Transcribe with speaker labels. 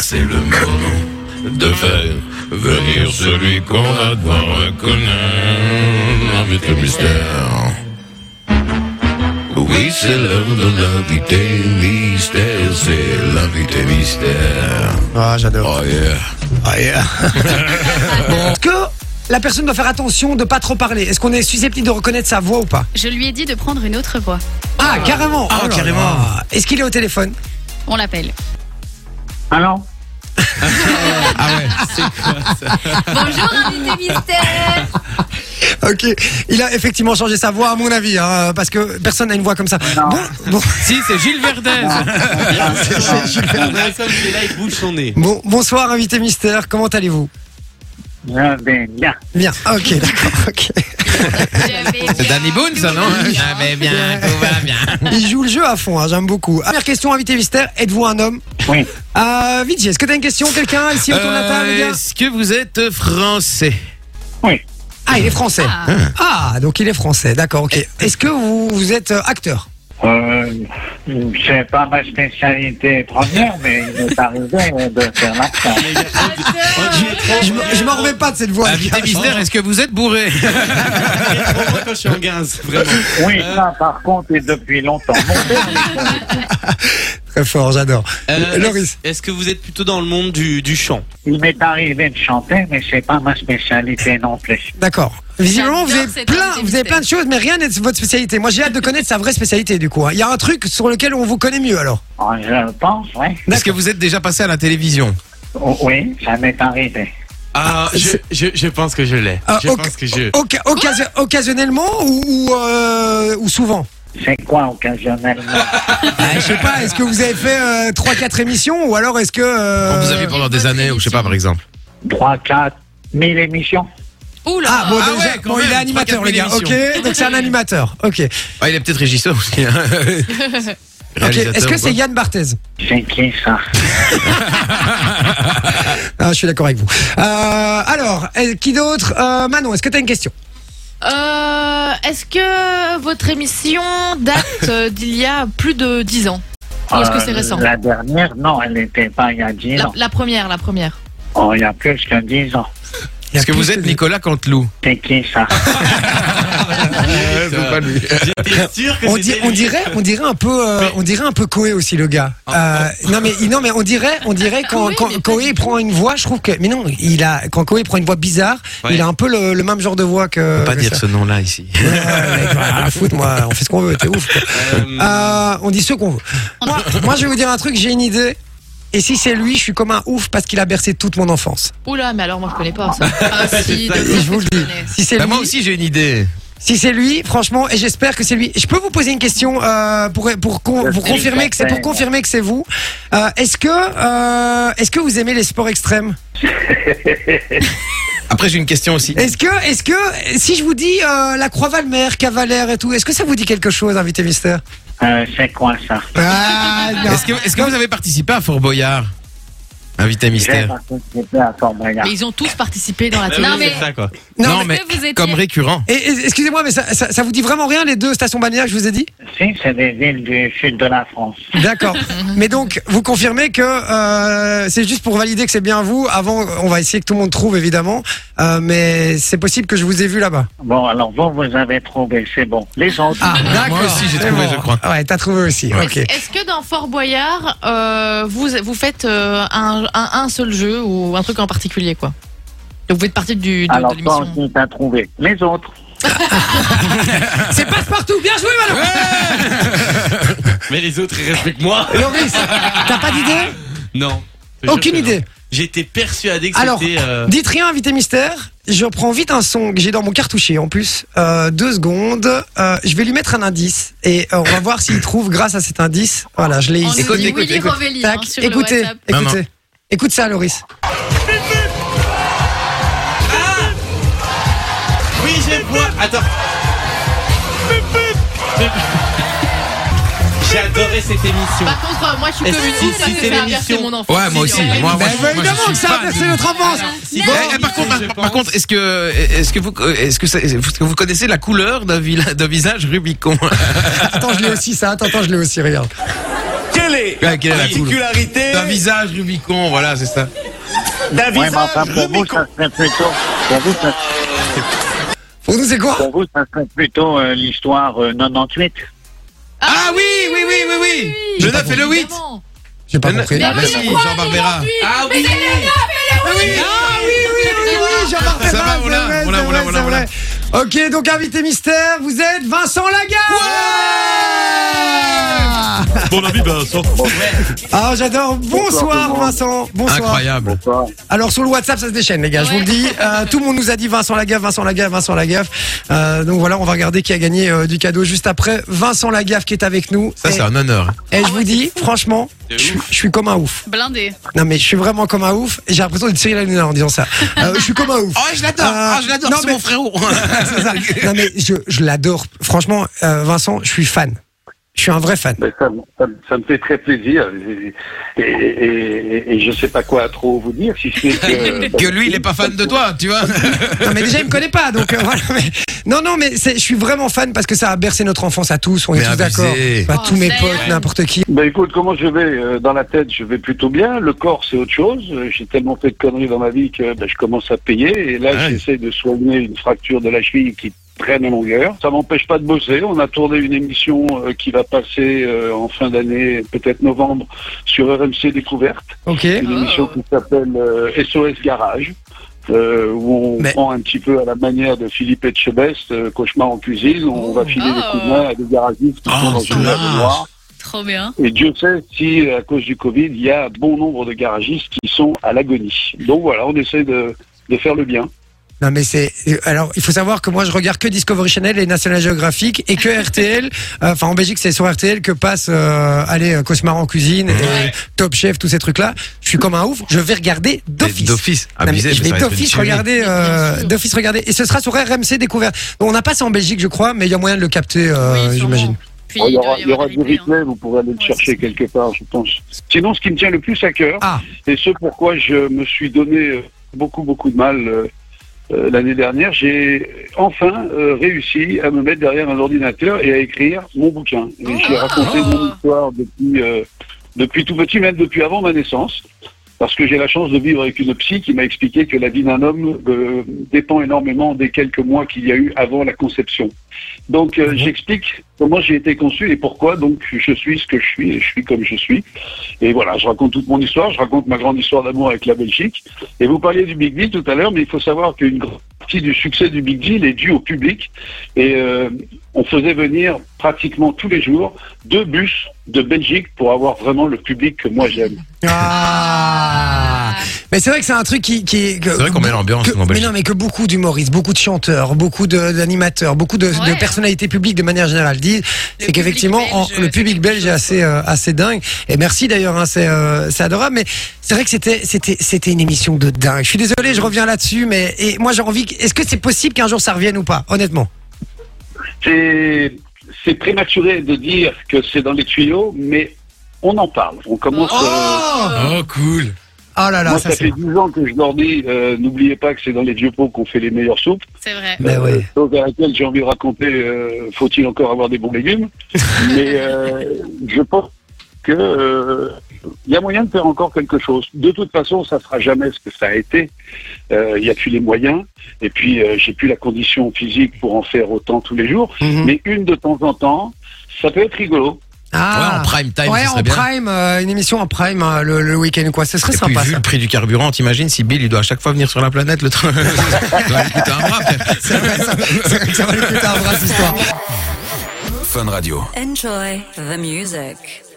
Speaker 1: c'est le moment de faire venir celui qu'on a devant reconnaître. Invite le mystère. Oui, c'est l'heure de l'invité mystère, c'est l'invité mystère.
Speaker 2: Ah, j'adore.
Speaker 1: Oh yeah.
Speaker 2: Ah, yeah. Bon. Est-ce que la personne doit faire attention de pas trop parler Est-ce qu'on est susceptible de reconnaître sa voix ou pas
Speaker 3: Je lui ai dit de prendre une autre voix.
Speaker 2: Ah, carrément.
Speaker 4: Ah,
Speaker 2: Oh là
Speaker 4: carrément.
Speaker 2: là. Est-ce qu'il est au téléphone
Speaker 3: On l'appelle.
Speaker 5: Alors
Speaker 3: Bonjour, invité mystère
Speaker 2: Ok. Il a effectivement changé sa voix, à mon avis, hein, parce que personne n'a une voix comme ça. Bon, bon,
Speaker 4: Si, c'est Gilles Verdez. La personne qui est là, il bouge son nez.
Speaker 2: bon- bonsoir, invité mystère. Comment allez-vous
Speaker 5: Je vais bien.
Speaker 2: Bien. Ok, d'accord. ok.
Speaker 4: C'est Danny Boone, ça, non Ah, J'avais bien, tout va bien.
Speaker 2: Il joue le jeu à fond. hein, J'aime beaucoup. Première question, invité mystère. Êtes-vous un homme
Speaker 5: Oui.
Speaker 2: Euh, Vijay, est-ce que t'as une question Quelqu'un ici autour de la table, les
Speaker 4: Euh,
Speaker 2: gars
Speaker 4: Est-ce que vous êtes français
Speaker 5: Oui.
Speaker 2: Ah, il est français.
Speaker 3: Ah.
Speaker 2: Ah, donc il est français. D'accord. Ok. Est-ce que vous, vous êtes euh, acteur
Speaker 5: Euh, c'est pas ma spécialité première, mais il m'est arrivé de faire l'accent.
Speaker 2: Je m- je m'en remets pas de cette voix. les
Speaker 4: Invité
Speaker 2: gars.
Speaker 4: Ah, mystère, est-ce que vous êtes bourré Quand je suis en gaz, vraiment.
Speaker 2: Euh,
Speaker 5: Oui, ça par contre, et depuis longtemps. Mon père,
Speaker 2: Très fort, j'adore.
Speaker 6: Euh,
Speaker 2: Loris.
Speaker 6: Est-ce est-ce que vous êtes plutôt dans le monde du, du chant
Speaker 5: il m'est arrivé de chanter, mais c'est pas ma spécialité non plus.
Speaker 2: D'accord. Visiblement, vous
Speaker 3: J'adore
Speaker 2: avez
Speaker 3: cette
Speaker 2: plein,
Speaker 3: invité
Speaker 2: vous avez plein de choses, mais rien n'est de votre spécialité. Moi, j'ai hâte de connaître sa vraie spécialité, du coup. hein. Il y a un truc sur lequel on vous connaît mieux, alors.
Speaker 5: Oh, Je pense, oui.
Speaker 4: Est-ce que vous êtes déjà passé à la télévision
Speaker 5: Oh, Oui, ça m'est arrivé.
Speaker 6: Ah, je,
Speaker 2: c'est-
Speaker 6: je, je pense que je l'ai.
Speaker 2: Ah,
Speaker 6: je
Speaker 2: ok.
Speaker 6: pense que je.
Speaker 2: Oca- occasi- occasionnellement ou, ou, euh, ou souvent
Speaker 5: C'est quoi occasionnellement
Speaker 4: Ah,
Speaker 2: Je sais pas, est-ce que vous avez fait 3-4 émissions ou alors est-ce que... euh,
Speaker 4: On vous a vu pendant des années, ou je sais pas, par exemple.
Speaker 5: 3, 4, 1000 émissions
Speaker 3: Oula
Speaker 2: Ah, bon,
Speaker 4: Ah
Speaker 2: déjà,
Speaker 4: ouais, quand
Speaker 2: bon,
Speaker 4: même,
Speaker 2: il est
Speaker 4: trois,
Speaker 2: animateur,
Speaker 4: quatre
Speaker 2: les gars. Ok,
Speaker 4: émissions.
Speaker 2: donc c'est un animateur. Ok. Ok,
Speaker 4: Ah, il est peut-être régisseur aussi. hein. Réalisateur ou
Speaker 2: Est-ce que
Speaker 4: quoi
Speaker 2: c'est Yann Barthez
Speaker 5: C'est qui ça
Speaker 2: ah, Je suis d'accord avec vous. Euh, alors, euh, qui d'autre Euh, Manon, est-ce que t'as une question
Speaker 7: Euh, Est-ce que votre émission date euh, d'il y a plus de 10 ans Ou est-ce que c'est
Speaker 5: Euh,
Speaker 7: récent
Speaker 5: La dernière, non, elle n'était pas il y a 10
Speaker 7: la,
Speaker 5: ans.
Speaker 7: la première, la première.
Speaker 5: Oh, il y a plus que 10 ans.
Speaker 4: Est-ce que vous êtes Nicolas Canteloup
Speaker 5: C'est qui ça
Speaker 6: J'étais sûr que
Speaker 2: on, di-
Speaker 6: c'était
Speaker 2: on
Speaker 6: lui.
Speaker 2: dirait, on dirait un peu, euh, on dirait un peu Coé aussi le gars.
Speaker 4: Ah.
Speaker 2: Euh, non mais non mais on dirait, on dirait quand
Speaker 7: Coé,
Speaker 2: quand
Speaker 7: mais pas
Speaker 2: Coé
Speaker 7: du tout.
Speaker 2: prend une voix, je trouve que mais non, il a quand Coé prend une voix bizarre,
Speaker 6: Ouais.
Speaker 2: il a un peu le, le même genre de voix que.
Speaker 4: Faut Pas
Speaker 2: que
Speaker 4: dire
Speaker 2: ça.
Speaker 4: ce nom-là ici.
Speaker 2: Ouais, mec, on a rien à foutre, moi, on fait ce qu'on veut, t'es ouf. quoi.
Speaker 6: Euh,
Speaker 2: Euh, on dit ce qu'on veut. Moi, moi, je vais vous dire un truc, j'ai une idée. Et si c'est lui, je suis comme un ouf parce qu'il a bercé toute mon enfance.
Speaker 7: Oula, mais alors moi je connais pas ça. Ah si,
Speaker 6: ça,
Speaker 7: de-
Speaker 2: Je vous le dis. Si c'est
Speaker 4: Bah,
Speaker 2: lui,
Speaker 4: moi aussi, j'ai une idée.
Speaker 2: si c'est lui, franchement, et j'espère que c'est lui. Je peux vous poser une question euh, pour pour con- pour
Speaker 5: Oui,
Speaker 2: confirmer que c'est pour
Speaker 5: certainement.
Speaker 2: confirmer que c'est vous. Euh, est-ce que euh, est-ce que vous aimez les sports extrêmes
Speaker 4: Après, j'ai une question aussi.
Speaker 2: Est-ce que est-ce que si je vous dis euh, la Croix Valmer, Cavalaire et tout, est-ce que ça vous dit quelque chose, invité mystère
Speaker 5: Euh, C'est quoi ça
Speaker 2: Ah non.
Speaker 4: Est-ce que, est-ce que vous avez participé à Fort Boyard Invité
Speaker 5: J'ai
Speaker 4: mystère.
Speaker 5: participé à Fort Boyard.
Speaker 7: Mais ils ont tous participé
Speaker 4: Ah,
Speaker 7: dans la télé.
Speaker 3: Non, mais-
Speaker 6: c'est ça, quoi.
Speaker 2: Non,
Speaker 4: Non,
Speaker 3: mais
Speaker 4: mais
Speaker 3: est-ce que vous étiez-
Speaker 4: comme récurrent.
Speaker 2: Et- et- excusez-moi, mais ça, ça, ça vous dit vraiment rien les deux stations balnéaires que je vous ai dit
Speaker 5: Si, c'est des villes du sud de la France.
Speaker 2: D'accord. Mais donc, vous confirmez que euh, c'est juste pour valider que c'est bien vous. Avant, on va essayer que tout le monde trouve, évidemment. Euh, mais c'est possible que je vous ai vu là-bas.
Speaker 5: Bon, alors vous, vous avez trouvé, c'est bon. Les autres,
Speaker 2: Ah.
Speaker 4: Moi aussi, j'ai
Speaker 2: C'est
Speaker 4: trouvé,
Speaker 2: bon.
Speaker 4: je crois.
Speaker 2: Ouais, t'as trouvé aussi. Ok.
Speaker 7: Est-ce que dans Fort Boyard, euh, vous, vous faites euh, un, un, un seul jeu ou un truc en particulier quoi Donc vous êtes partie du, de,
Speaker 5: alors
Speaker 7: Ah. de
Speaker 5: toi
Speaker 7: l'émission.
Speaker 5: aussi, t'as trouvé. Les autres,
Speaker 2: C'est passe-partout. Bien joué, Manon.
Speaker 6: Mais les autres, ils respectent moi
Speaker 2: Loris, t'as pas d'idée
Speaker 6: Non. Je te jure
Speaker 2: Aucune
Speaker 6: que non.
Speaker 2: idée.
Speaker 6: J'étais persuadé que
Speaker 2: Alors,
Speaker 6: c'était. euh,
Speaker 2: Dites rien, invité mystère. Je prends vite un son que j'ai dans mon cartouchier en plus. Euh, deux secondes. Euh, je vais lui mettre un indice et euh, on va voir s'il trouve grâce à cet indice. Voilà, je l'ai
Speaker 3: On
Speaker 2: ici.
Speaker 3: nous
Speaker 4: Écoute,
Speaker 3: dit
Speaker 4: écoute,
Speaker 3: Willy
Speaker 4: écoute.
Speaker 3: Rovelli hein,
Speaker 2: Tac,
Speaker 3: sur le
Speaker 2: écoutez,
Speaker 3: WhatsApp.
Speaker 2: écoutez.
Speaker 4: Non, non.
Speaker 2: Écoute ça, Loris.
Speaker 6: Oui, je vois. Attends. J'ai adoré cette émission.
Speaker 7: Par contre, euh, moi je suis
Speaker 6: Est-ce
Speaker 7: commune
Speaker 6: que
Speaker 7: ouf,
Speaker 6: si
Speaker 7: parce que
Speaker 6: c'est
Speaker 7: ça a bercé
Speaker 6: l'émission
Speaker 7: mon euh, enfance.
Speaker 4: Ouais, moi aussi.
Speaker 7: Ouais.
Speaker 4: Moi,
Speaker 2: Bah,
Speaker 4: moi, je- moi, je
Speaker 2: évidemment
Speaker 4: suis
Speaker 2: que ça a
Speaker 4: fan.
Speaker 2: percé notre enfance.
Speaker 6: Si
Speaker 4: Eh,
Speaker 6: bon,
Speaker 4: eh, par contre,
Speaker 6: je
Speaker 4: par, par
Speaker 6: pense.
Speaker 4: contre, est-ce que, est-ce que vous, est-ce que, ça- est-ce que vous connaissez la couleur d'un vil- d'un visage Rubicon
Speaker 2: Eh, Attends, je l'ai aussi, ça. Attends, attends, je l'ai aussi, regarde.
Speaker 6: Quel est
Speaker 8: trouver
Speaker 4: Ah, quelle est
Speaker 8: la
Speaker 4: la couleur
Speaker 8: particularité
Speaker 4: Un visage Rubicon, voilà, c'est ça.
Speaker 8: d'un
Speaker 5: Ouais, mais
Speaker 8: visage
Speaker 5: enfin, pour vous,
Speaker 8: Rubicon.
Speaker 5: ça serait plutôt, pour vous, ça,
Speaker 2: Pour nous, c'est quoi
Speaker 5: pour vous, ça serait plutôt euh, l'histoire euh, 98.
Speaker 4: Ah oui, oui, oui, oui, oui. Le 9 et le 8.
Speaker 7: Ah Évidemment.
Speaker 2: J'ai pas
Speaker 4: Le neuf-
Speaker 2: compris.
Speaker 4: Mais si, Jean Barbera.
Speaker 6: Ah oui
Speaker 2: Ah Jean-Marc
Speaker 4: Ah Ça va,
Speaker 2: Ferrat,
Speaker 4: on l'a,
Speaker 2: c'est
Speaker 4: on l'a,
Speaker 2: vrai,
Speaker 4: on l'a,
Speaker 2: c'est
Speaker 4: on l'a,
Speaker 2: vrai, c'est vrai. Ok, donc invité mystère, vous êtes Vincent Lagarde
Speaker 1: Bon avis, ben, sort.
Speaker 2: Ah, j'adore.
Speaker 5: Bonsoir,
Speaker 2: Bonsoir,
Speaker 5: Laurent.
Speaker 2: Vincent. Bonsoir.
Speaker 4: Incroyable.
Speaker 5: Bonsoir.
Speaker 2: Alors sur le WhatsApp, ça se déchaîne, les gars. Je vous le dis. Euh, tout le monde nous a dit Vincent Lagaffe, Vincent Lagaffe, Vincent Lagaffe. Euh, donc voilà, on va regarder qui a gagné euh, du cadeau juste après. Vincent Lagaffe qui est avec nous.
Speaker 4: Ça, Ah
Speaker 2: et,
Speaker 4: c'est un honneur.
Speaker 2: et je vous dis, franchement,
Speaker 6: C'est
Speaker 2: je je suis comme un ouf.
Speaker 3: Blindé.
Speaker 2: Non mais je suis vraiment comme un ouf. J'ai l'impression d'être Cyril Hanouna en disant ça. Euh, je suis comme un ouf.
Speaker 4: Oh, je l'adore.
Speaker 2: Euh,
Speaker 4: Ah, je l'adore.
Speaker 2: non,
Speaker 4: C'est
Speaker 2: mais-
Speaker 4: mon frérot.
Speaker 2: C'est ça. Non mais je, je l'adore. Franchement, euh, Vincent, je suis fan. Je suis un vrai fan.
Speaker 9: Ben, ça, me- ça me- ça me fait très plaisir et, et, et- et je sais pas quoi trop vous dire si c'est que,
Speaker 4: Que lui, il est pas fan de toi, tu vois.
Speaker 2: Non mais déjà il me connaît pas donc euh, voilà. mais- Non non mais c'est- je suis vraiment fan parce que ça a bercé notre enfance à tous. On est
Speaker 4: Mais
Speaker 2: tous d'accord.
Speaker 4: abusé.
Speaker 2: Bah,
Speaker 3: Oh,
Speaker 2: tous mes
Speaker 3: ça y est.
Speaker 2: potes, n'importe qui.
Speaker 9: Ben écoute, comment je vais euh, dans la tête Je vais plutôt bien. Le corps, c'est autre chose. Euh, J'ai tellement fait de conneries dans ma vie que ben, je commence à payer. Et là,
Speaker 4: Ah
Speaker 1: Ouais.
Speaker 9: j'essaie de soigner une fracture de la cheville qui traîne en longueur. Ça m'empêche pas de bosser. On a tourné une émission euh, qui va passer euh, en fin d'année, peut-être novembre, sur RMC Découverte.
Speaker 2: Ok.
Speaker 9: une
Speaker 3: Oh.
Speaker 9: émission qui s'appelle euh, SOS Garage. euh, où on
Speaker 2: Mais-
Speaker 9: prend un petit peu à la manière de Philippe Etchebest, euh, cauchemar en cuisine, on va filer des
Speaker 3: Oh.
Speaker 9: coups de main à des garagistes qui
Speaker 2: Ah,
Speaker 4: Oh,
Speaker 9: sont dans une
Speaker 4: classe.
Speaker 9: lave noire.
Speaker 3: Trop bien.
Speaker 9: Et Dieu sait si, à cause du Covid, il y a bon nombre de garagistes qui sont à l'agonie. Donc voilà, on essaie de, de faire le bien.
Speaker 2: Non mais c'est euh, alors il faut savoir que moi je regarde que Discovery Channel et National Geographic et que RTL euh, enfin en Belgique c'est sur RTL que passe euh, allez euh, Cauchemar en cuisine et Top Chef tous ces trucs là je suis comme un ouf je vais regarder d'office
Speaker 4: D'office.
Speaker 2: Non, mais
Speaker 4: Abusé, mais
Speaker 2: je
Speaker 4: ça
Speaker 2: vais
Speaker 4: va être une
Speaker 2: d'office
Speaker 4: tuerie.
Speaker 2: regarder euh,
Speaker 7: Bien sûr.
Speaker 2: d'office regarder et ce sera sur RMC découverte on n'a pas ça en Belgique je crois mais il y a moyen de le capter euh,
Speaker 3: Oui, sûrement.
Speaker 2: j'imagine
Speaker 3: Puis,
Speaker 9: Oh, il y aura,
Speaker 3: doit
Speaker 9: il y aura du
Speaker 3: replay, hein.
Speaker 9: replay, vous pourrez aller le
Speaker 3: Ouais,
Speaker 9: chercher
Speaker 3: c'est-
Speaker 9: quelque part, je pense. Sinon, ce qui me tient le plus à cœur,
Speaker 2: Ah.
Speaker 9: et ce pourquoi je me suis donné euh, beaucoup, beaucoup de mal euh, euh, l'année dernière, j'ai enfin euh, réussi à me mettre derrière un ordinateur et à écrire mon bouquin. Et J'ai raconté mon histoire depuis, euh, depuis tout petit, même depuis avant ma naissance. Parce que j'ai la chance de vivre avec une psy qui m'a expliqué que la vie d'un homme euh, dépend énormément des quelques mois qu'il y a eu avant la conception. Donc euh, j'explique comment j'ai été conçu et pourquoi donc je suis ce que je suis et je suis comme je suis. Et voilà, je raconte toute mon histoire, je raconte ma grande histoire d'amour avec la Belgique. Et vous parliez du Big Deal tout à l'heure, mais il faut savoir qu'une grande partie du succès du Big Deal est due au public. Et euh, on faisait venir pratiquement tous les jours deux bus de Belgique pour avoir vraiment le public que moi j'aime.
Speaker 2: ah mais c'est vrai que c'est un truc qui qui
Speaker 4: C'est vrai qu'on met l'ambiance
Speaker 2: Que-
Speaker 4: en
Speaker 2: mais
Speaker 4: Belgique.
Speaker 2: non, mais que beaucoup d'humoristes, beaucoup de chanteurs, beaucoup de- d'animateurs, beaucoup de, de
Speaker 3: Ouais.
Speaker 2: personnalités publiques de manière générale disent,
Speaker 3: Le
Speaker 2: c'est qu'effectivement,
Speaker 3: public
Speaker 2: en-
Speaker 3: belge,
Speaker 2: le
Speaker 3: c'est
Speaker 2: public
Speaker 3: quelque
Speaker 2: belge est
Speaker 3: chose,
Speaker 2: assez, euh, assez dingue. Et merci d'ailleurs, hein, c'est euh, c'est adorable. Mais c'est vrai que c'était, c'était, c'était une émission de dingue. Je suis désolé, je reviens là-dessus, mais et moi j'ai envie. que- Est-ce que c'est possible qu'un jour ça revienne ou pas Honnêtement.
Speaker 9: C'est c'est prématuré de dire que c'est dans les tuyaux, mais on en parle. On commence. euh,
Speaker 4: Oh, cool.
Speaker 2: Oh là là,
Speaker 9: moi,
Speaker 2: ça
Speaker 9: ça
Speaker 2: c'est.
Speaker 9: fait 10 ans que je leur dis, euh, n'oubliez pas que c'est dans les vieux pots qu'on fait les meilleures soupes. Euh,
Speaker 3: C'est
Speaker 4: Eh
Speaker 3: vrai.
Speaker 4: ben
Speaker 2: Mais ouais.
Speaker 9: Chose à laquelle j'ai envie de raconter, euh, faut-il encore avoir des bons légumes Mais euh, je pense que euh, il y a moyen de faire encore quelque chose. De toute façon, ça sera jamais ce que ça a été. Euh, Il y a plus les moyens, et puis euh, j'ai plus la condition physique pour en faire autant tous les jours.
Speaker 2: Mhm.
Speaker 9: Mais une de temps en temps, ça peut être rigolo.
Speaker 4: Ouais, en
Speaker 2: Ah.
Speaker 4: prime time,
Speaker 2: Ouais,
Speaker 4: ce
Speaker 2: en
Speaker 4: serait bien.
Speaker 2: prime, euh, une émission en prime hein, le, le week-end ou quoi, ce serait
Speaker 4: Et puis,
Speaker 2: sympa.
Speaker 4: vu
Speaker 2: ça.
Speaker 4: le prix du carburant, t'imagines si Bill, il doit à chaque fois venir sur la planète, le train. Ça doit lui coûter un bras, frère.
Speaker 2: C'est vrai, ça, c'est vrai que ça va lui coûter un bras, cette histoire.
Speaker 10: Enjoy the music.